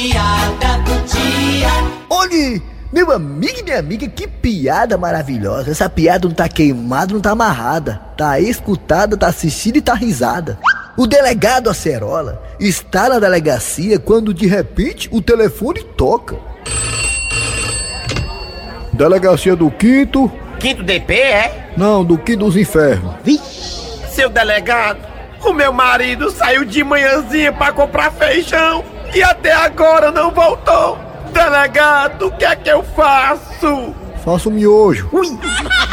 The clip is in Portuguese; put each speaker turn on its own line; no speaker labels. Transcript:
piada do dia.
Olhe, meu amigo e minha amiga, que piada maravilhosa. Essa piada não tá queimada, não tá amarrada. Tá escutada, tá assistida e tá risada. O delegado Acerola está na delegacia quando de repente o telefone toca.
Delegacia do Quinto.
Quinto DP, é?
Não, do Quinto dos Infernos.
Seu delegado, o meu marido saiu de manhãzinha pra comprar feijão e até agora não voltou. Delegado, o que é que eu faço?
Faça um miojo.
Ui!